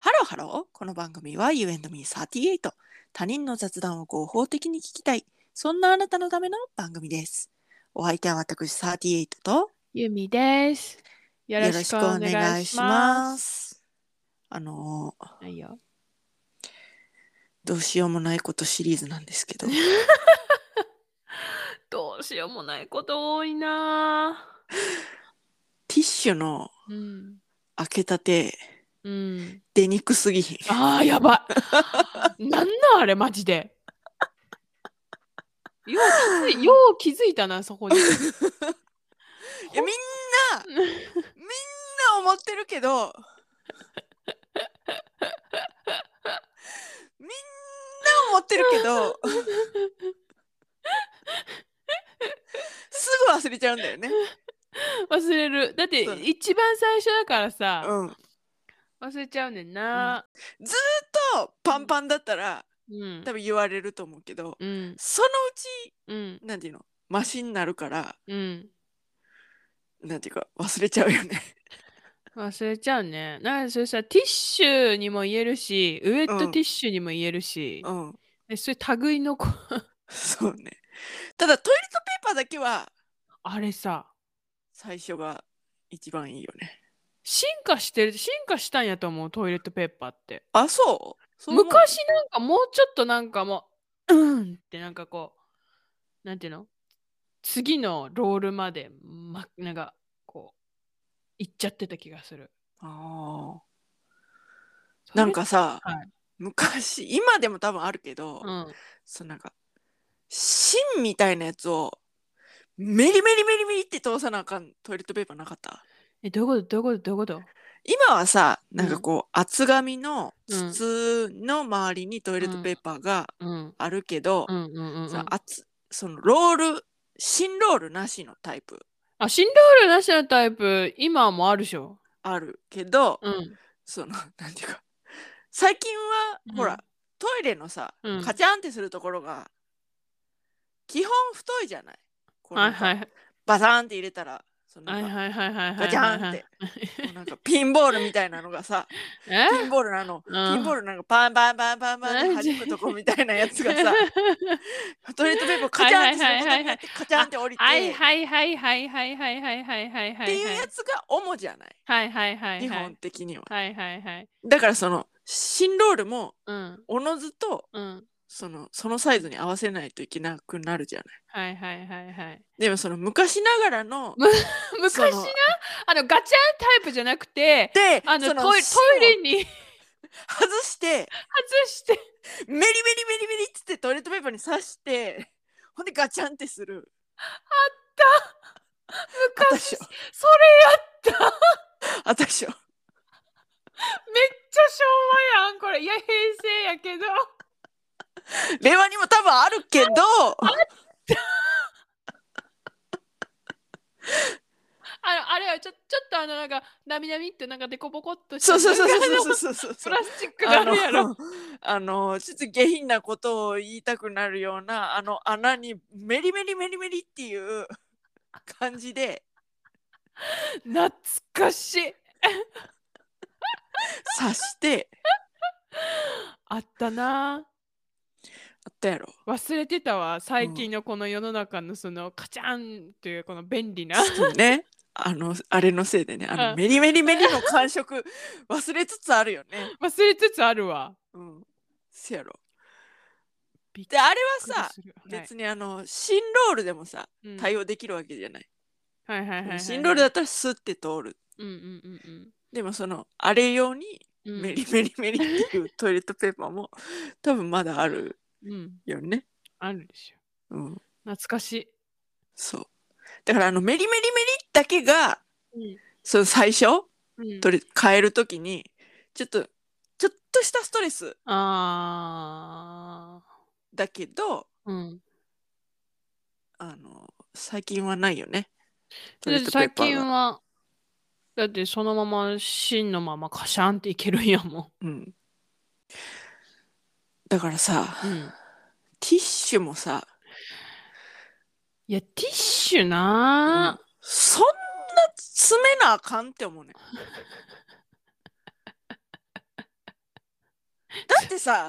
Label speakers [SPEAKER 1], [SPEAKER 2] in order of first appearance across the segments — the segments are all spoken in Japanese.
[SPEAKER 1] ハローこの番組は You and me38 他人の雑談を合法的に聞きたいそんなあなたのための番組ですお相手は私38と
[SPEAKER 2] ゆみです。よろしくお願いします。
[SPEAKER 1] すあのー
[SPEAKER 2] はいよ。
[SPEAKER 1] どうしようもないことシリーズなんですけど
[SPEAKER 2] どうしようもないこと多いな
[SPEAKER 1] ティッシュの
[SPEAKER 2] ぁ。うん。
[SPEAKER 1] 開けたて
[SPEAKER 2] うん。
[SPEAKER 1] 出にくすぎひん
[SPEAKER 2] ああ、やばい。 なんなんあれ、マジで。よう気づいよう気づいたな、そ こに。
[SPEAKER 1] いやみんなみんな思ってるけどみんな思ってるけ どすぐ忘れちゃうんだよね。
[SPEAKER 2] 忘れる。だって、
[SPEAKER 1] そう
[SPEAKER 2] 一番最初だからさ、
[SPEAKER 1] うん、ず
[SPEAKER 2] 忘れちゃうねんな。
[SPEAKER 1] っとパンパンだったら
[SPEAKER 2] うん。
[SPEAKER 1] 多分言われると思うけど
[SPEAKER 2] うん。
[SPEAKER 1] そのう
[SPEAKER 2] うん
[SPEAKER 1] ち。なんていうのマシになるから
[SPEAKER 2] うん。
[SPEAKER 1] なんていうか忘れちゃうよね。
[SPEAKER 2] 忘れちゃうね。なんかそれさ、ティッシュにも言えるし、ウエットティッシュにも言えるし、
[SPEAKER 1] うん、
[SPEAKER 2] えそれ類の子。
[SPEAKER 1] そうねただトイレットペーパーだけは
[SPEAKER 2] あれさ、
[SPEAKER 1] 最初が一番いいよね。
[SPEAKER 2] 進化してる、進化したんやと思う、トイレットペーパーって。
[SPEAKER 1] あそうそう思う
[SPEAKER 2] 昔なんかもうちょっとなんかもう、うんってなんかこう、なんていうの次のロールまで、ま、なんかこう、行っちゃってた気がする。
[SPEAKER 1] あーなんかさ、
[SPEAKER 2] はい
[SPEAKER 1] 昔今でも多分あるけど、
[SPEAKER 2] トイレット、
[SPEAKER 1] そのなんか芯みたいなやつをメリメリメリメリって通さなあかんトイレットペーパーなかった
[SPEAKER 2] うん。え、どういうことどういうことどういうこと
[SPEAKER 1] 今はさなんかこう、厚紙の
[SPEAKER 2] うん
[SPEAKER 1] 筒の周りにトイレットペーパーが
[SPEAKER 2] うん。
[SPEAKER 1] あるけど、
[SPEAKER 2] うんうんうん、うん
[SPEAKER 1] そ。の厚そのロール芯ロールなしのタイプ
[SPEAKER 2] あ、新ロールなしのタイプ、今もあるでしょ。
[SPEAKER 1] あるけど、
[SPEAKER 2] うん。
[SPEAKER 1] そのなんていうか最近は、
[SPEAKER 2] うん
[SPEAKER 1] ほらトイレのさ、
[SPEAKER 2] うん
[SPEAKER 1] カチャンってするところが基本太いじゃないこうない
[SPEAKER 2] は
[SPEAKER 1] んか
[SPEAKER 2] はいはい。
[SPEAKER 1] バサーンって入れたらその
[SPEAKER 2] はい
[SPEAKER 1] なんか
[SPEAKER 2] はいはいはいはい。
[SPEAKER 1] ガチャンって。こうなんかピンボールみたいなのがさ
[SPEAKER 2] え
[SPEAKER 1] ピンボールなの、
[SPEAKER 2] うん
[SPEAKER 1] ピンボールなんかパンパンパンパンパンって弾くとこみたいなやつがさトイレットペーパーカチャンってすることによってカチャンって降りて、
[SPEAKER 2] はいはいはいはいはいはいはいはいはいはい。
[SPEAKER 1] っていうやつが主じゃない、
[SPEAKER 2] はいはいはい
[SPEAKER 1] 日
[SPEAKER 2] はい。
[SPEAKER 1] 本的には、
[SPEAKER 2] はいはいはい。
[SPEAKER 1] だからその新ロールも
[SPEAKER 2] うん。
[SPEAKER 1] おのずと
[SPEAKER 2] うん。
[SPEAKER 1] そのそのサイズに合わせないといけなくなるじゃない
[SPEAKER 2] はいはいはい はい。
[SPEAKER 1] でもその昔ながらの
[SPEAKER 2] む昔な
[SPEAKER 1] その
[SPEAKER 2] あのガチャンタイプじゃなくて、
[SPEAKER 1] で
[SPEAKER 2] あの
[SPEAKER 1] そ
[SPEAKER 2] トイ
[SPEAKER 1] 芯を
[SPEAKER 2] トイレに
[SPEAKER 1] 外して
[SPEAKER 2] 外して。
[SPEAKER 1] メリメリメリメリっつってトイレットペーパーに刺してほんでガチャンってするあった
[SPEAKER 2] 昔、それ
[SPEAKER 1] 昔あったでしょ
[SPEAKER 2] めっちゃ昭和やん、これ。いや、平成やけど。
[SPEAKER 1] 令和にも多分あるけど
[SPEAKER 2] あのあれはちょちょっとあのなんかなみなみってなんかデコボコっとした
[SPEAKER 1] そうそうそう
[SPEAKER 2] なんかあの
[SPEAKER 1] そうそうそう
[SPEAKER 2] プ
[SPEAKER 1] そう
[SPEAKER 2] ラスチックがあるやろ
[SPEAKER 1] のあのちょっと下品なことを言いたくなるようなあの穴にメリメリメリメリっていう感じで
[SPEAKER 2] 懐かしい
[SPEAKER 1] 刺して
[SPEAKER 2] あったな
[SPEAKER 1] あった やろ
[SPEAKER 2] ぁ忘れてたわ最近のこの世の中のそのカチャンっていうこの便利な
[SPEAKER 1] そうね。あの、あれのせいでね、あの、
[SPEAKER 2] うん
[SPEAKER 1] メリメリメリの感触、 忘れつつあるよね。
[SPEAKER 2] 忘れつつあるわ
[SPEAKER 1] うん。せやろ。
[SPEAKER 2] びっく
[SPEAKER 1] で、あれ
[SPEAKER 2] り
[SPEAKER 1] はさ、
[SPEAKER 2] するはい
[SPEAKER 1] 別にあの、新ロールでもさ、
[SPEAKER 2] うん
[SPEAKER 1] 対応できるわけじゃない。
[SPEAKER 2] はいはいはいはい
[SPEAKER 1] 新ロールだったらスッて通る。
[SPEAKER 2] うんうんうん
[SPEAKER 1] でもその、あれ用に、
[SPEAKER 2] うんうん
[SPEAKER 1] メリメリメリっていうトイレットペーパーも、多分まだある
[SPEAKER 2] うん
[SPEAKER 1] よね。
[SPEAKER 2] あるでしょ
[SPEAKER 1] うん。
[SPEAKER 2] 懐かしい
[SPEAKER 1] そう。だからあの、メリメリメリだけが、その最初、
[SPEAKER 2] うん
[SPEAKER 1] 取り、変えるときに、ちょっと、ちょっとしたストレス
[SPEAKER 2] あ
[SPEAKER 1] だけど、
[SPEAKER 2] ーうん
[SPEAKER 1] あの最近はないよね。トイレット
[SPEAKER 2] で
[SPEAKER 1] ペー
[SPEAKER 2] 最
[SPEAKER 1] パー
[SPEAKER 2] 近
[SPEAKER 1] が。
[SPEAKER 2] はだってそのまま芯のままカシャンっていけるんやもん
[SPEAKER 1] うん、だからさ、
[SPEAKER 2] うん
[SPEAKER 1] ティッシュもさ、
[SPEAKER 2] いや、ティッシュな
[SPEAKER 1] うんそんな 詰めなあかんって思うね。ってさ、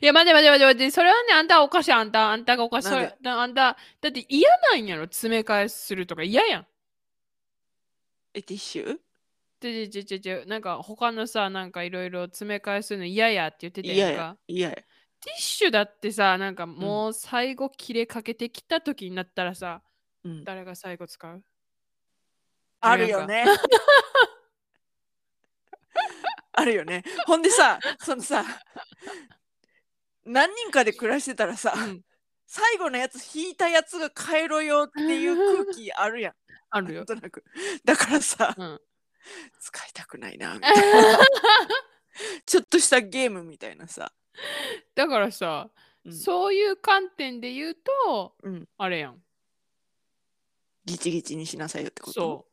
[SPEAKER 2] いや、待て待て待て待て、それはね、あんたはおかしい、あんた、あんたがおかしい。そ
[SPEAKER 1] なんで
[SPEAKER 2] れだあんた、だって嫌なんやろ、詰め替えするとか嫌やん。
[SPEAKER 1] え、ティッシュ
[SPEAKER 2] ちょちょちょちょ、なんか他のさ、なんかいろいろ詰め替えするの嫌やって言ってた
[SPEAKER 1] 嫌
[SPEAKER 2] やん
[SPEAKER 1] や
[SPEAKER 2] か。。
[SPEAKER 1] 嫌や。
[SPEAKER 2] ティッシュだってさ、なんかもう最後切れかけてきた時になったらさ、
[SPEAKER 1] うん、
[SPEAKER 2] 誰が最後使う
[SPEAKER 1] あるよね。あるよね。ほんでさ、そのさ、何人かで暮らしてたらさ、
[SPEAKER 2] うん
[SPEAKER 1] 最後のやつ引いたやつが帰ろよっていう空気あるやん。
[SPEAKER 2] ある
[SPEAKER 1] な
[SPEAKER 2] よ
[SPEAKER 1] ん。となく。だからさ、
[SPEAKER 2] うん
[SPEAKER 1] 使いたくないなみたいな。ちょっとしたゲームみたいなさ。
[SPEAKER 2] だからさ、
[SPEAKER 1] うん
[SPEAKER 2] そういう観点で言うと、
[SPEAKER 1] うん
[SPEAKER 2] あれやん。
[SPEAKER 1] ギチギチにしなさいよってこと
[SPEAKER 2] そ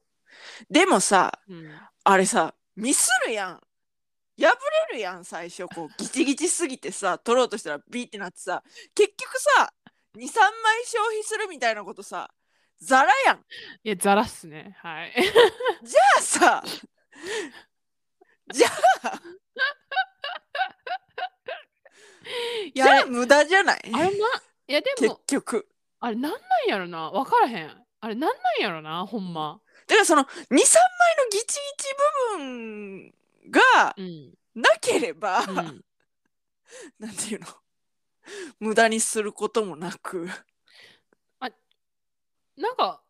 [SPEAKER 1] でもさ
[SPEAKER 2] う。うん
[SPEAKER 1] あれさミスるやん破れるやん最初こうギチギチすぎてさ取ろうとしたらビーってなってさ結局さ23枚消費するみたいなことさザラやん
[SPEAKER 2] いや、ざらっすね。はい。
[SPEAKER 1] じゃあさじゃあ
[SPEAKER 2] い
[SPEAKER 1] じゃ
[SPEAKER 2] や、あ
[SPEAKER 1] あ無駄じゃない
[SPEAKER 2] れ、あれな、いや、で
[SPEAKER 1] 結
[SPEAKER 2] も、
[SPEAKER 1] 局
[SPEAKER 2] あれ、なんなんやろな。わからへん。あれ、なんなんやろな、ほんま。
[SPEAKER 1] だからその23枚のギチギチ部分が
[SPEAKER 2] うん。
[SPEAKER 1] なければ、
[SPEAKER 2] うん、
[SPEAKER 1] なんていうの無駄にすることもなく
[SPEAKER 2] なんか、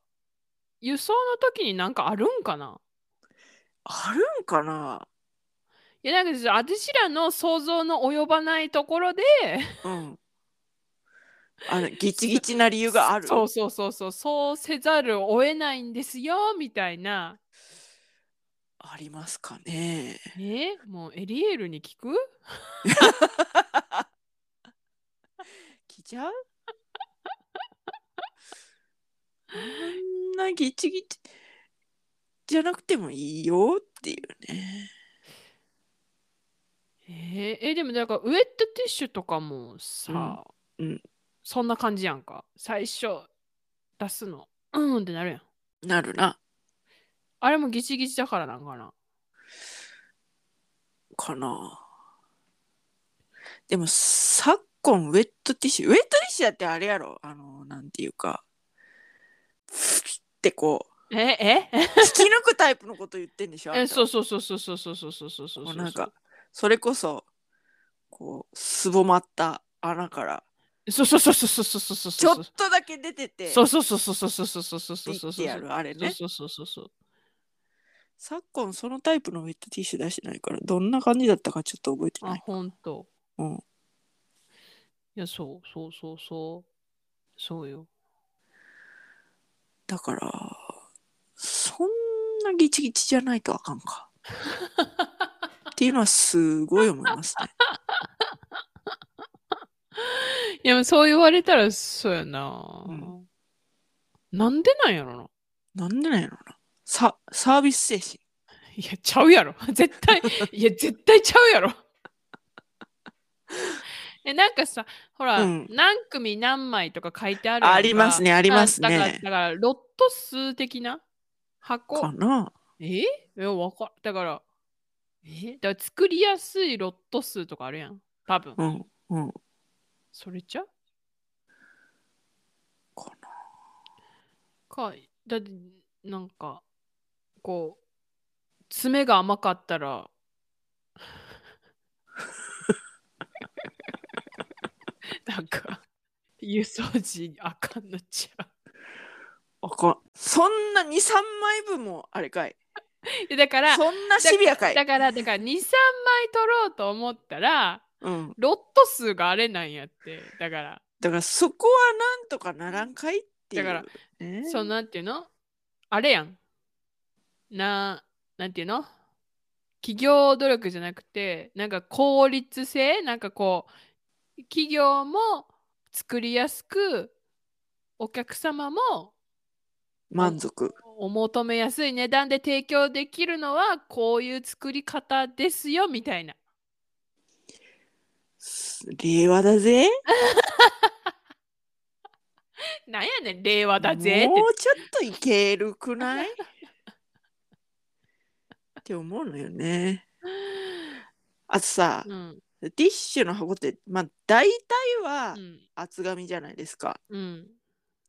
[SPEAKER 2] 輸送の時になんかあるんかな。
[SPEAKER 1] あるんかない
[SPEAKER 2] や、なんか、私らの想像の及ばないところで、
[SPEAKER 1] うん。あのギチギチな理由がある。
[SPEAKER 2] そうそうそうそう、そうせざるを得ないんですよ、みたいな。
[SPEAKER 1] ありますかね。
[SPEAKER 2] えもうエリエールに聞く
[SPEAKER 1] 来ちゃうあんなギチギチじゃなくてもいいよっていうね。
[SPEAKER 2] えーえでもなんかウェットティッシュとかもさ、
[SPEAKER 1] うんうん
[SPEAKER 2] そんな感じやんか最初出すのうんってなるやん
[SPEAKER 1] なるな。
[SPEAKER 2] あれもギチギチだからなんかな
[SPEAKER 1] かな。でも昨今ウェットティッシュウェットティッシュだってあれやろあのなんていうかふきってこう
[SPEAKER 2] えええ
[SPEAKER 1] 引き抜くタイプのこと言ってんでし ょあんた
[SPEAKER 2] えそうそうそうそうそうそうそうそうそうそう
[SPEAKER 1] こ
[SPEAKER 2] そうう
[SPEAKER 1] なんかそれこそこうすぼまった穴から
[SPEAKER 2] そうそうそうそうそうそうそう
[SPEAKER 1] ちょっ
[SPEAKER 2] そう
[SPEAKER 1] とだけ出てて
[SPEAKER 2] そうそうそうそうそうそうそうそうそ
[SPEAKER 1] ピ
[SPEAKER 2] うそ
[SPEAKER 1] ッ
[SPEAKER 2] う
[SPEAKER 1] てやるあれね
[SPEAKER 2] そうそうそうそう
[SPEAKER 1] 昨今そのタイプのウェットティッシュ出してないからどんな感じだったかちょっと覚えて
[SPEAKER 2] あ
[SPEAKER 1] ない
[SPEAKER 2] ほんと
[SPEAKER 1] うん
[SPEAKER 2] いやそうそうそうそうそうよ
[SPEAKER 1] だからそんなギチギチじゃないとあかんか っていうのはすごい思いますね
[SPEAKER 2] いや、そう言われたらそうやな。
[SPEAKER 1] うん
[SPEAKER 2] なんでなんやろな。
[SPEAKER 1] なんでなんやろなさサービス精神
[SPEAKER 2] いや、ちゃうやろ。 絶対、いや、絶対ちゃうやろ。 え、なんかさ、ほら、
[SPEAKER 1] うん
[SPEAKER 2] 何組何枚とか書いてあるやんか
[SPEAKER 1] ありますねありますね
[SPEAKER 2] あだから、だからロット数的な箱
[SPEAKER 1] か。な
[SPEAKER 2] ええ、わかだから、えだから作りやすいロット数とかあるやん。多分。
[SPEAKER 1] うんうん
[SPEAKER 2] それちゃう
[SPEAKER 1] かな
[SPEAKER 2] かだってなんかこう爪が甘かった らなんか輸送時あかんのちゃう
[SPEAKER 1] あかんそんな23枚分もあれかい
[SPEAKER 2] いやだから
[SPEAKER 1] そんなシビアかい
[SPEAKER 2] だからだから23枚取ろうと思ったら
[SPEAKER 1] うん
[SPEAKER 2] ロット数があれなんやってだから
[SPEAKER 1] だからそこはなんとかならんかいっていう。
[SPEAKER 2] だから
[SPEAKER 1] ね、
[SPEAKER 2] そうなんていうのあれやん。な、なんていうの企業努力じゃなくて、なんか効率性なんかこう、企業も作りやすく、お客様も
[SPEAKER 1] 満足。
[SPEAKER 2] お求めやすい値段で提供できるのはこういう作り方ですよみたいな。
[SPEAKER 1] 令和だぜ。
[SPEAKER 2] なんやねん、令和だぜって
[SPEAKER 1] も。うちょっといけるく ないって思うのよね。あとさ
[SPEAKER 2] うん
[SPEAKER 1] ティッシュの箱ってまあ大体は
[SPEAKER 2] うん
[SPEAKER 1] 厚紙じゃないですか。
[SPEAKER 2] うん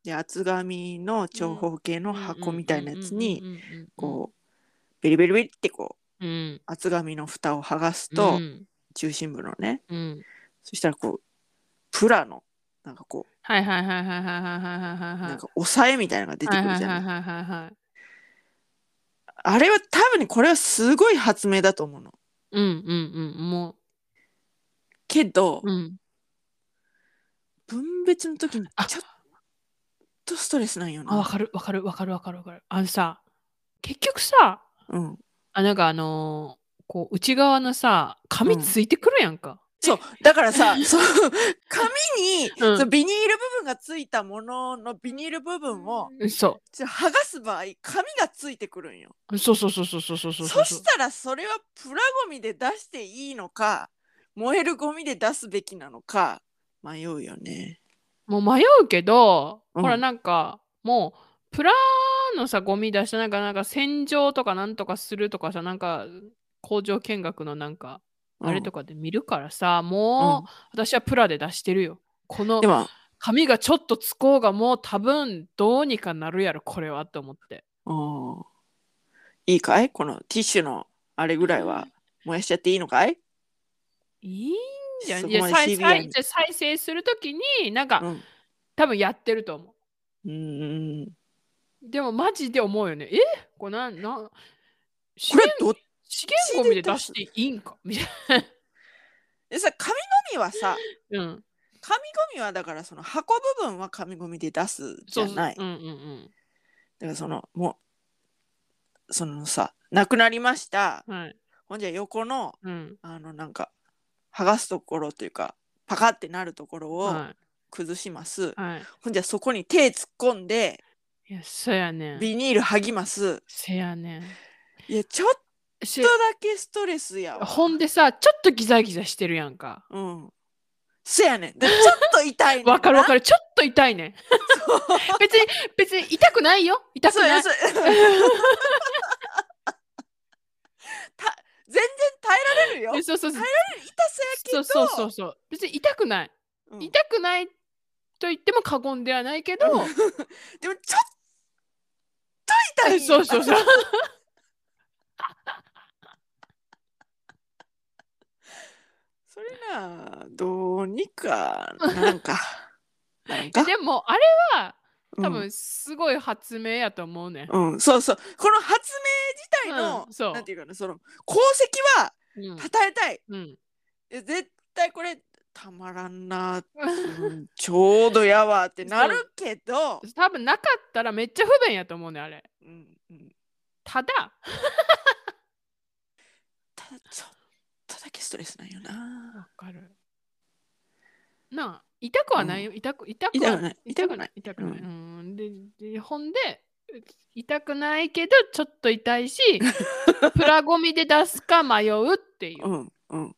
[SPEAKER 1] で厚紙の長方形の箱みたいなやつに
[SPEAKER 2] うんうんうん
[SPEAKER 1] こうベリベリベリってこう
[SPEAKER 2] うんうん
[SPEAKER 1] 厚紙の蓋を剥がす
[SPEAKER 2] う
[SPEAKER 1] と
[SPEAKER 2] ん
[SPEAKER 1] 中心部のね
[SPEAKER 2] うん
[SPEAKER 1] そしたらこうプラのなんかこ
[SPEAKER 2] はいはいはいはいはいはいはいはいうは
[SPEAKER 1] ないんか押さえみたいなのが出てくるじゃ
[SPEAKER 2] はい
[SPEAKER 1] ない
[SPEAKER 2] はいはいはいはい
[SPEAKER 1] あれは多分ねこれはすごい発明だと思うの。
[SPEAKER 2] うんうんうんも
[SPEAKER 1] けど
[SPEAKER 2] ううん
[SPEAKER 1] 分別の時に
[SPEAKER 2] あ
[SPEAKER 1] ちょっとストレスなんよ
[SPEAKER 2] あわ
[SPEAKER 1] な。
[SPEAKER 2] かるわかるわかるわかるわかるあのさ結局さ
[SPEAKER 1] うん、
[SPEAKER 2] あなんかあのーこう内側のさ紙ついてくるやんか、
[SPEAKER 1] そうだからさそう紙に、
[SPEAKER 2] うん
[SPEAKER 1] そうビニール部分がついたもののビニール部分を
[SPEAKER 2] うんそ
[SPEAKER 1] ちょ剥がす場合紙がついてくるんよ。
[SPEAKER 2] うそうそうそうそうそうそうそう
[SPEAKER 1] そしたらそれはプラゴミで出していいのか燃えるゴミで出すべきなのか迷うよね。
[SPEAKER 2] もう迷うけど、
[SPEAKER 1] うん
[SPEAKER 2] ほらなんかもうプラのさゴミ出してなんかなんか洗浄とかなんとかするとかさなんか工場見学のなんかあれと
[SPEAKER 1] か、
[SPEAKER 2] かで見るからさ、もう私はプラで出してるよこ
[SPEAKER 1] うん
[SPEAKER 2] の
[SPEAKER 1] でも、
[SPEAKER 2] 紙がちょっとつこうがもう多分どうにかなるやろこれはと思って
[SPEAKER 1] うんいいかいこのティッシュのあれぐらいは燃やしちゃっていいのかい
[SPEAKER 2] いいんじゃん
[SPEAKER 1] そ
[SPEAKER 2] い
[SPEAKER 1] こ
[SPEAKER 2] や
[SPEAKER 1] まで
[SPEAKER 2] 再
[SPEAKER 1] シビア
[SPEAKER 2] 再
[SPEAKER 1] に
[SPEAKER 2] じゃあ再生するときになんか、
[SPEAKER 1] うん
[SPEAKER 2] 多分やってると思う
[SPEAKER 1] うんうん
[SPEAKER 2] でもマジで思うよねえこれなんなん資
[SPEAKER 1] これ
[SPEAKER 2] 源
[SPEAKER 1] ど
[SPEAKER 2] 資源ゴミで出していいんかみたい
[SPEAKER 1] えさ紙ゴミはさ
[SPEAKER 2] な。うん。
[SPEAKER 1] 紙ゴミはだからその箱部分は紙ゴミで出すじ
[SPEAKER 2] そ
[SPEAKER 1] ゃ
[SPEAKER 2] う
[SPEAKER 1] ない。
[SPEAKER 2] そう。うんうん
[SPEAKER 1] だからそのもうそのさなくなりました
[SPEAKER 2] うん。はい。
[SPEAKER 1] ほんじゃ横の
[SPEAKER 2] うん。
[SPEAKER 1] あのなんか剥がすところというかパカってなるところを
[SPEAKER 2] は
[SPEAKER 1] 崩します、
[SPEAKER 2] い。はい。
[SPEAKER 1] ほんじゃそこに手突っ込んで
[SPEAKER 2] いや、そやねん。
[SPEAKER 1] ビニール剥ぎます
[SPEAKER 2] せやねん。
[SPEAKER 1] いやちょっ
[SPEAKER 2] し
[SPEAKER 1] とだけストレスやわ
[SPEAKER 2] ほんでさ、ちょっとギザギザしてるやんか。
[SPEAKER 1] うんせやねんでちょっと痛いねんな
[SPEAKER 2] わかるわかる。ちょっと痛いねん。 別に、別に痛くないよ。痛く
[SPEAKER 1] そう
[SPEAKER 2] な
[SPEAKER 1] や
[SPEAKER 2] い。
[SPEAKER 1] そうやた全然耐えられるよ痛
[SPEAKER 2] そう そうそう。
[SPEAKER 1] さ
[SPEAKER 2] そ
[SPEAKER 1] や
[SPEAKER 2] う
[SPEAKER 1] けど
[SPEAKER 2] そうそうそう。別に痛くない。
[SPEAKER 1] うん
[SPEAKER 2] 痛くないと言っても過言ではないけど、
[SPEAKER 1] でもちょっと痛い
[SPEAKER 2] そうそうそう。
[SPEAKER 1] それなどうにかなん かなんか
[SPEAKER 2] でも、あれは多
[SPEAKER 1] うん
[SPEAKER 2] 分すごい発明やと思うねん。
[SPEAKER 1] うん、そうそうこの発明自体の、
[SPEAKER 2] うんそう
[SPEAKER 1] なんていうかなその功績は
[SPEAKER 2] うん
[SPEAKER 1] たたえたい、
[SPEAKER 2] うん。
[SPEAKER 1] え絶対これたまらんな、うんちょうどやわってなるけ ど、
[SPEAKER 2] 多分なかったらめっちゃ不便やと思うねんあれ
[SPEAKER 1] うんうん、
[SPEAKER 2] ただ
[SPEAKER 1] ただちょっとだけストレスなんよな
[SPEAKER 2] わかるなあ痛くはないよ、痛く痛く
[SPEAKER 1] 痛くない痛くない
[SPEAKER 2] 痛くない
[SPEAKER 1] うん
[SPEAKER 2] うんででほんで痛くないけどちょっと痛いし プラゴミで出すか迷うっていう、
[SPEAKER 1] うんうん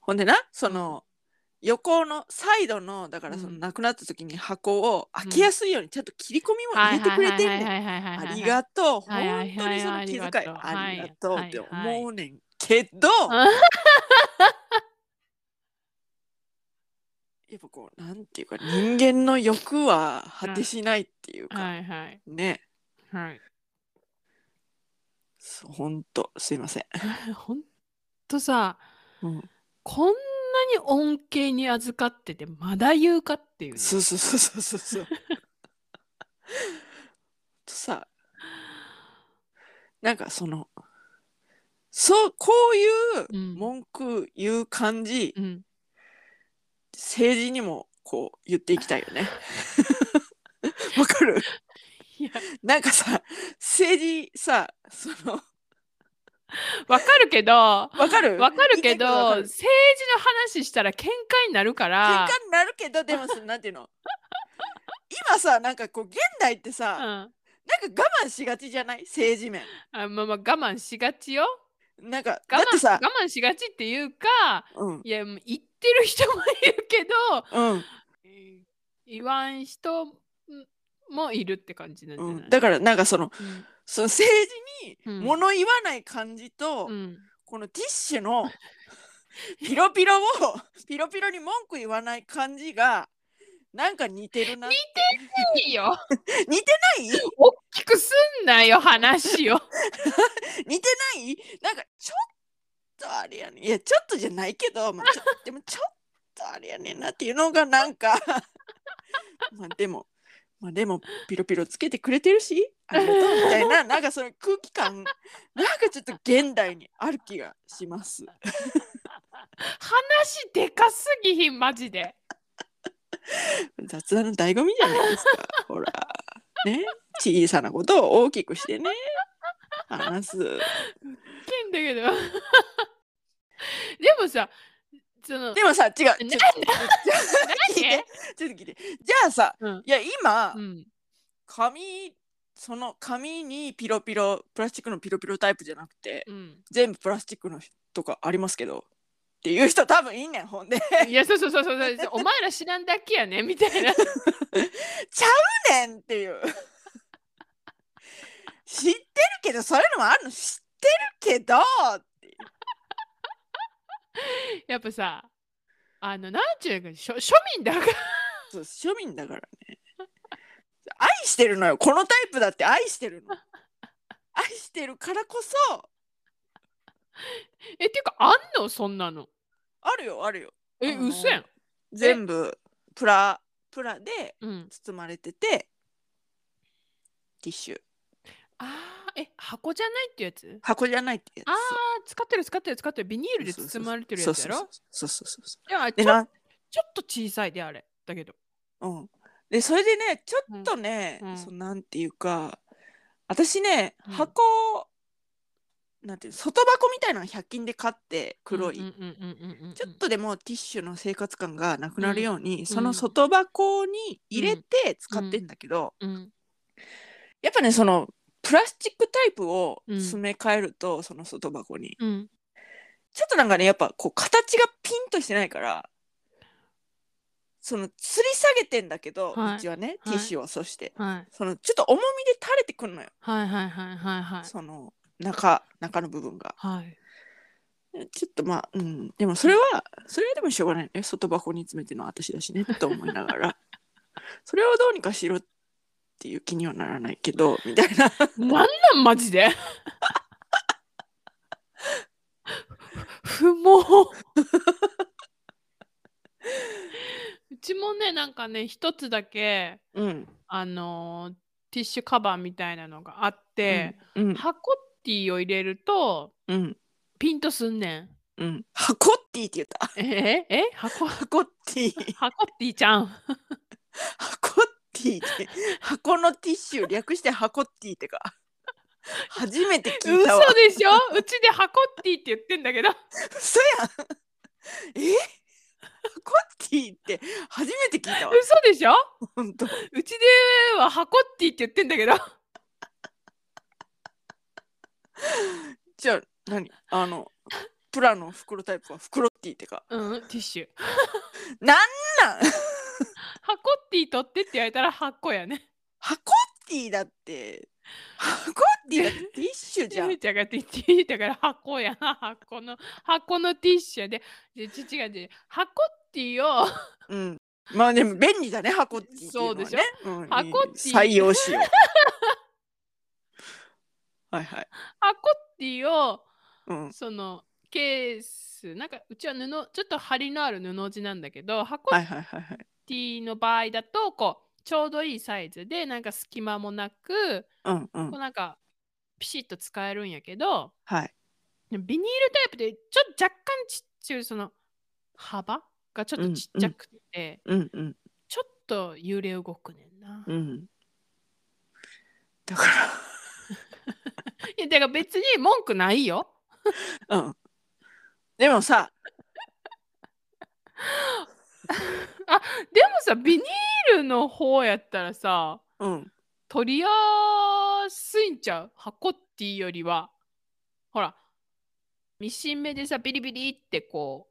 [SPEAKER 1] ほんでなその横のサイドのだからその
[SPEAKER 2] うん
[SPEAKER 1] なくなった時に箱を開けやすいようにちゃんと切り込みも
[SPEAKER 2] は
[SPEAKER 1] 入
[SPEAKER 2] い
[SPEAKER 1] れて
[SPEAKER 2] は
[SPEAKER 1] く
[SPEAKER 2] い
[SPEAKER 1] れ
[SPEAKER 2] はい
[SPEAKER 1] てん
[SPEAKER 2] はい
[SPEAKER 1] ねん
[SPEAKER 2] はいはいはい
[SPEAKER 1] あ
[SPEAKER 2] はい
[SPEAKER 1] りがとう。
[SPEAKER 2] はいは
[SPEAKER 1] 本
[SPEAKER 2] い
[SPEAKER 1] 当にそ
[SPEAKER 2] は
[SPEAKER 1] の
[SPEAKER 2] い
[SPEAKER 1] 気遣い、
[SPEAKER 2] あ
[SPEAKER 1] あ
[SPEAKER 2] り
[SPEAKER 1] り
[SPEAKER 2] が
[SPEAKER 1] が
[SPEAKER 2] と
[SPEAKER 1] と
[SPEAKER 2] う
[SPEAKER 1] う
[SPEAKER 2] はい
[SPEAKER 1] って
[SPEAKER 2] はい
[SPEAKER 1] 思うねんけど、
[SPEAKER 2] うん
[SPEAKER 1] やっぱこう、なんていうか、人間の欲は果てしないっていうか、
[SPEAKER 2] はいはい
[SPEAKER 1] ね、
[SPEAKER 2] はい
[SPEAKER 1] そうほんと、すいません。
[SPEAKER 2] ほんとさ
[SPEAKER 1] うん、
[SPEAKER 2] こんなに恩恵に預かっててまだ言うかっていうね
[SPEAKER 1] そうそうそうそうそうそう。とさ、なんかその、そう、こういう文句言う感じ、
[SPEAKER 2] うん
[SPEAKER 1] 政治にもこう言っていきたいよ ね。わかる
[SPEAKER 2] いや
[SPEAKER 1] なんかさ政治さその
[SPEAKER 2] わかるけど
[SPEAKER 1] わか る
[SPEAKER 2] わかる
[SPEAKER 1] 言
[SPEAKER 2] け
[SPEAKER 1] いたいことわ
[SPEAKER 2] ど
[SPEAKER 1] かる
[SPEAKER 2] 政治の話したら喧嘩になるか
[SPEAKER 1] 喧
[SPEAKER 2] ら
[SPEAKER 1] 嘩になるけどでも そのなんていうの今さなんかこう現代ってさ、なんか
[SPEAKER 2] うん、
[SPEAKER 1] 我慢しがちじゃない政治面
[SPEAKER 2] あまあまあ我慢しがちよ
[SPEAKER 1] なんかだ
[SPEAKER 2] 我
[SPEAKER 1] って
[SPEAKER 2] 慢
[SPEAKER 1] さ
[SPEAKER 2] 我慢しがちっていうか
[SPEAKER 1] うん
[SPEAKER 2] いやもう言ってる人もいるけど
[SPEAKER 1] うん
[SPEAKER 2] えー言わん人もいるって感じなんじゃ
[SPEAKER 1] う
[SPEAKER 2] ない、
[SPEAKER 1] ん、だからなんかその
[SPEAKER 2] うん
[SPEAKER 1] その政治
[SPEAKER 2] う
[SPEAKER 1] に
[SPEAKER 2] ん
[SPEAKER 1] 物言わない感じと、
[SPEAKER 2] うん
[SPEAKER 1] このティッシュのピロピロを ピロピロに文句言わない感じがなんか似てるな。
[SPEAKER 2] いい よ。
[SPEAKER 1] 似てない
[SPEAKER 2] 大きくすんなよ、話 を。
[SPEAKER 1] 似てないなんかちょっとあれやねんいやちょっとじゃないけど、まあ、 ちょでもちょっとあれやねんなっていうのがなんか まあでもまあでもピロピロつけてくれてるしありがとうみたいななんかその空気感なんかちょっと現代にある気がします。
[SPEAKER 2] 話でかすぎひん、マジで。
[SPEAKER 1] 雑談の醍醐味じゃないですか ほらね小さなことを大きくしてね話す。
[SPEAKER 2] けんだけど。で もさ、その、
[SPEAKER 1] でもさ違うちょっと
[SPEAKER 2] な
[SPEAKER 1] ちょっと聞い
[SPEAKER 2] 何
[SPEAKER 1] てちょっと聞いてじゃあさ、
[SPEAKER 2] うん
[SPEAKER 1] いや今、
[SPEAKER 2] うん、
[SPEAKER 1] 紙その紙にピロピロプラスチックのピロピロタイプじゃなくて
[SPEAKER 2] うん。
[SPEAKER 1] 全部プラスチックのとかありますけどっていう人多分いんねんほんで
[SPEAKER 2] いや、そうそうそうそうそう、お前ら知らん だけやね、みたいな。
[SPEAKER 1] ねんって いう知ってるけどそういうのもあるの知ってるけど
[SPEAKER 2] やっぱさ、あの、なんちゅうか、しょ庶民だから。
[SPEAKER 1] そう庶民だからね愛してるのよこのタイプだって愛してるの愛してるからこそ
[SPEAKER 2] え、ていうか、あんのそんなの。
[SPEAKER 1] あるよあるよ
[SPEAKER 2] え、
[SPEAKER 1] あのー
[SPEAKER 2] 嘘やん。
[SPEAKER 1] 全部プラプラで
[SPEAKER 2] うん。
[SPEAKER 1] 包まれててティッシュ
[SPEAKER 2] ああ、え、箱じゃないってやつ
[SPEAKER 1] 箱じゃないってやつ
[SPEAKER 2] あー使ってる使ってる使ってるビニールで
[SPEAKER 1] そうそうそう
[SPEAKER 2] 包まれてるやつやろ
[SPEAKER 1] そうそうそうそうそうそう
[SPEAKER 2] でもあれ
[SPEAKER 1] で
[SPEAKER 2] ちょ
[SPEAKER 1] な
[SPEAKER 2] ちょっと小さいであれだけど
[SPEAKER 1] うんでそれでねちょっとね、
[SPEAKER 2] うんうん
[SPEAKER 1] そうなんていうか私ね
[SPEAKER 2] うん
[SPEAKER 1] 箱、なんていうの外箱みたいなの100均で買って黒い、
[SPEAKER 2] うんうんうんうんうんうん
[SPEAKER 1] ちょっとでもティッシュの生活感がなくなるように、そうの
[SPEAKER 2] ん
[SPEAKER 1] 外箱に入れて使ってんだけど、
[SPEAKER 2] うん
[SPEAKER 1] やっぱねそのプラスチックタイプを
[SPEAKER 2] うん
[SPEAKER 1] 詰め替えると、その外箱に
[SPEAKER 2] うん
[SPEAKER 1] ちょっとなんかねやっぱこう形がピンとしてないからその吊り下げてんだけど、
[SPEAKER 2] はいう
[SPEAKER 1] ちはねティッシュをそして、
[SPEAKER 2] はい
[SPEAKER 1] そのちょっと重みで垂れてくるのよ、
[SPEAKER 2] はいはいはいはいはい
[SPEAKER 1] その中中の部分が
[SPEAKER 2] はい
[SPEAKER 1] ちょっとまあうんでもそれはそれはでもしょうがないね外箱に詰めてるのは私だしねと思いながら それをどうにかしろっていう気にはならないけどみたいな
[SPEAKER 2] なんなんマジで 不毛うちもねなんかね一つだけ
[SPEAKER 1] うん
[SPEAKER 2] あのーティッシュカバーみたいなのがあって、
[SPEAKER 1] うん
[SPEAKER 2] 箱ティーを入れると
[SPEAKER 1] うん
[SPEAKER 2] ピンとすんねん
[SPEAKER 1] うん箱ティーって言った
[SPEAKER 2] ええ 箱
[SPEAKER 1] 箱ティー
[SPEAKER 2] 箱っていいじゃん。
[SPEAKER 1] 箱ティーって箱のティッシュ略して箱ティーってか初めて
[SPEAKER 2] 嘘
[SPEAKER 1] 聞いたわ
[SPEAKER 2] でしょうちで箱っていいって言ってんだ けど。
[SPEAKER 1] 嘘やんえ箱ティーって初めて聞いたわ
[SPEAKER 2] 嘘でしょ
[SPEAKER 1] 本当
[SPEAKER 2] うちでは箱っていいって言ってんだけど。
[SPEAKER 1] じゃあ何あのプラの袋タイプは袋ティーってか
[SPEAKER 2] うん、ティッシュ。
[SPEAKER 1] なんなん
[SPEAKER 2] 箱っていい取ってって言われたら箱やね。
[SPEAKER 1] 箱ティーだって箱ティーだってティッシュじゃん
[SPEAKER 2] ゆうちゃんがティッシュだから箱やな。箱の、箱のティッシュやで。で、父がね、箱っていいを、
[SPEAKER 1] うんまあでも便利だね箱ティーっていうのは、ね、
[SPEAKER 2] そうでし
[SPEAKER 1] ょ、ん、
[SPEAKER 2] 箱ティー
[SPEAKER 1] 採用しよ うはいはい
[SPEAKER 2] 箱っていいを、
[SPEAKER 1] うん
[SPEAKER 2] その、ケース、なんかうちは布、ちょっと張りのある布地なんだけど、箱
[SPEAKER 1] はいはいはいはい。
[SPEAKER 2] ティーの場合だとこうちょうどいいサイズでなんか隙間もなく
[SPEAKER 1] うんう。
[SPEAKER 2] こうんなんかピシッと使えるんやけど
[SPEAKER 1] はい。
[SPEAKER 2] ビニールタイプでちょっと若干ちっちゃいその幅がちょっとちっちゃくて、
[SPEAKER 1] うんうん
[SPEAKER 2] ちょっと揺れ動くねんな。
[SPEAKER 1] うん。だか
[SPEAKER 2] いやだから別に文句ないよ。
[SPEAKER 1] ら、 うん。でもさ、
[SPEAKER 2] でもさビニールの方やったらさ
[SPEAKER 1] うん。
[SPEAKER 2] 取りやすいんちゃう箱っていうよりはほらミシン目でさビリビリってこ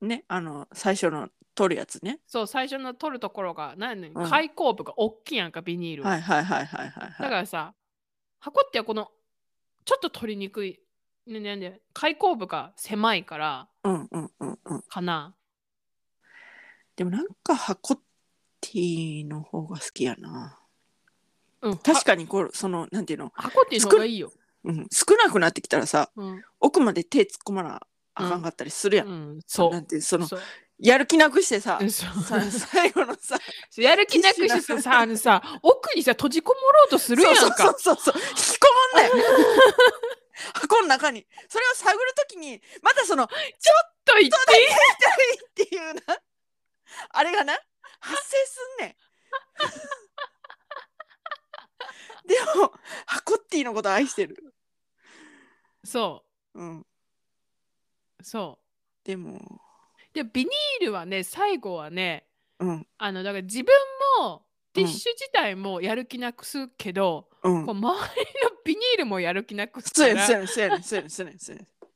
[SPEAKER 2] う
[SPEAKER 1] ね、あの、最初の取るやつね。
[SPEAKER 2] そう最初の取るところが何やねん
[SPEAKER 1] うん
[SPEAKER 2] 開口部が大きいやんかビニールは、
[SPEAKER 1] はいはいはいはいはい、はい。
[SPEAKER 2] だからさ箱ってこのちょっと取りにくいねなんで開口部が狭いから
[SPEAKER 1] うんうんうんうん
[SPEAKER 2] かな
[SPEAKER 1] でもなんか箱ティーの方が好きやな
[SPEAKER 2] うん
[SPEAKER 1] 確
[SPEAKER 2] か
[SPEAKER 1] かにこうそのなんていうの、
[SPEAKER 2] 箱っていうのがいいよ、
[SPEAKER 1] うん、少なくなってきたらさ
[SPEAKER 2] うん
[SPEAKER 1] 奥まで手突っ込まなあかんかったりするやん、
[SPEAKER 2] うん、そう
[SPEAKER 1] なんていうその
[SPEAKER 2] そう
[SPEAKER 1] やる気なくしてさ
[SPEAKER 2] うんそう
[SPEAKER 1] さ最後のさ
[SPEAKER 2] そうやる気なくして
[SPEAKER 1] ティッシュな
[SPEAKER 2] ささあのさ奥にさ閉じこもろうとするやんか
[SPEAKER 1] そうそうそうそう引きこもんだよ箱の中にそれを探るときにまたその「
[SPEAKER 2] と言って
[SPEAKER 1] 痛い」っていうなあれがな発生すんねんでも箱ッティのこと愛してる、
[SPEAKER 2] そ
[SPEAKER 1] うん、
[SPEAKER 2] うそ
[SPEAKER 1] でも
[SPEAKER 2] うでビニールはね最後はね
[SPEAKER 1] うん
[SPEAKER 2] あのだから自分もティッシュ自体もやる気なくすけど、
[SPEAKER 1] うん
[SPEAKER 2] こう周りのビニールもやる気なくす
[SPEAKER 1] そう
[SPEAKER 2] か
[SPEAKER 1] やねんそう
[SPEAKER 2] ら
[SPEAKER 1] やねんそうやねんそうやねんそうやねんそうやねん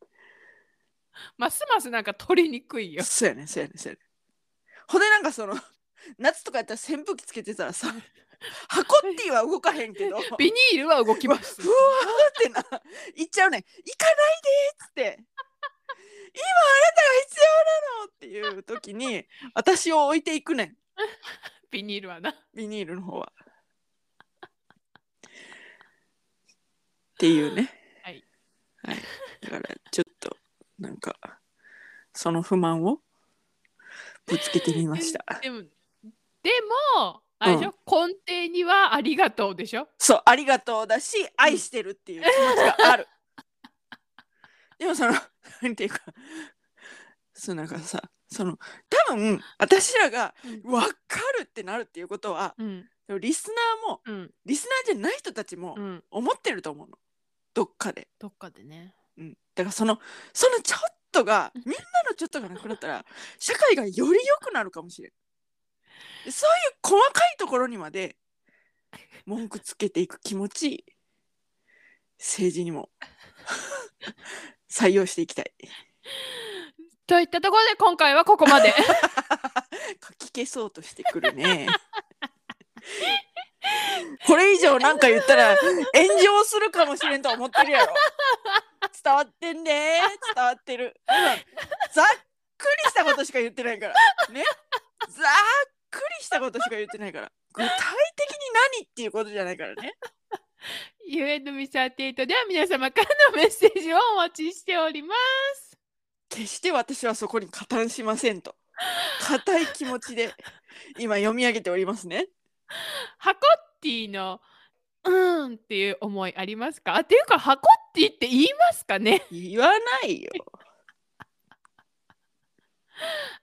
[SPEAKER 2] ますますなんか取りにくいよ
[SPEAKER 1] そうやねんそうやねんそうやねんほんでなんかその夏とかやったら扇風機つけてたらさ箱ッティは動かへんけど
[SPEAKER 2] ビニールは動きます
[SPEAKER 1] ふわーってな行っちゃうねん行かないでーっつって今あなたが必要なのっていう時に私を置いていくねん
[SPEAKER 2] ビニールはな
[SPEAKER 1] ビニールの方は。っていうね。
[SPEAKER 2] はい
[SPEAKER 1] はい。だからちょっとなんかその不満をぶつけてみました。
[SPEAKER 2] でもでもあれでしょ、根底にはありがとうでしょ
[SPEAKER 1] そう、ありがとうだし、愛してるっていう気持ちがある。 でもその、 なんていうか、そうなんかさ、その、多分私らが分かるってなるっていうことは、
[SPEAKER 2] うん
[SPEAKER 1] でもリスナーも、
[SPEAKER 2] うん
[SPEAKER 1] リスナーじゃない人たちも
[SPEAKER 2] うん
[SPEAKER 1] 思ってると思うの。どっかで。
[SPEAKER 2] どっかでね
[SPEAKER 1] うん。だからその、そのちょっとが、みんなのちょっとがなくなったら、社会がより良くなるかもしれん。でそういう細かいところにまで文句つけていく気持ち、政治にも採用していきたい。
[SPEAKER 2] といったところで今回はここ まで
[SPEAKER 1] かき消そうとしてくるね。 これ以上なんか言ったら炎上するかもしれんと思ってるやろ。伝わってんね伝わってる。ざっくりしたことしか言ってないから。ね。ざっくりしたことしか言ってないから。具体的に何っていうことじゃないからね。
[SPEAKER 2] ゆえのみさていとでは皆様からのメッセージをお待ちしております
[SPEAKER 1] 決して私はそこに加担しませんと。固い気持ちで今読み上げておりますね。
[SPEAKER 2] ハコッティのうーんっていう思いありますかっていうかハコッティって言いますかね
[SPEAKER 1] 言わないよ。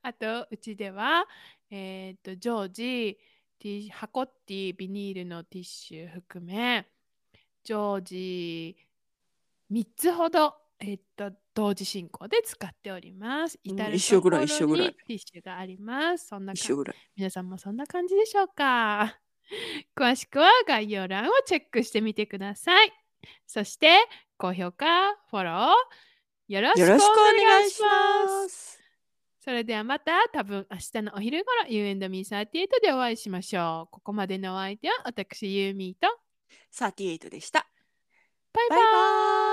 [SPEAKER 2] あとうちではえっ、と常時ティハコッティビニールのティッシュ含め常時3つほどえっ、と同時進行で使っております。
[SPEAKER 1] うん
[SPEAKER 2] 至る
[SPEAKER 1] 一緒ぐらい
[SPEAKER 2] ところ
[SPEAKER 1] 一緒ぐら
[SPEAKER 2] に
[SPEAKER 1] い
[SPEAKER 2] ティッシュがあります。そんな
[SPEAKER 1] 一緒
[SPEAKER 2] 感
[SPEAKER 1] ぐらい。
[SPEAKER 2] 皆さんもそんな感じでしょうか 詳しくは概要欄をチェックしてみてください。そして、高評価、フォロー、よろしくお
[SPEAKER 1] よろしくお
[SPEAKER 2] 願
[SPEAKER 1] 願
[SPEAKER 2] い
[SPEAKER 1] い
[SPEAKER 2] し
[SPEAKER 1] し
[SPEAKER 2] ま。
[SPEAKER 1] ますす。
[SPEAKER 2] それではまた多分明日のお昼頃 U&Me38 でお会いしましょう。ここまでのお相手は私ユーミーと
[SPEAKER 1] 38でした。
[SPEAKER 2] バイバ
[SPEAKER 1] バイバ
[SPEAKER 2] イ
[SPEAKER 1] イ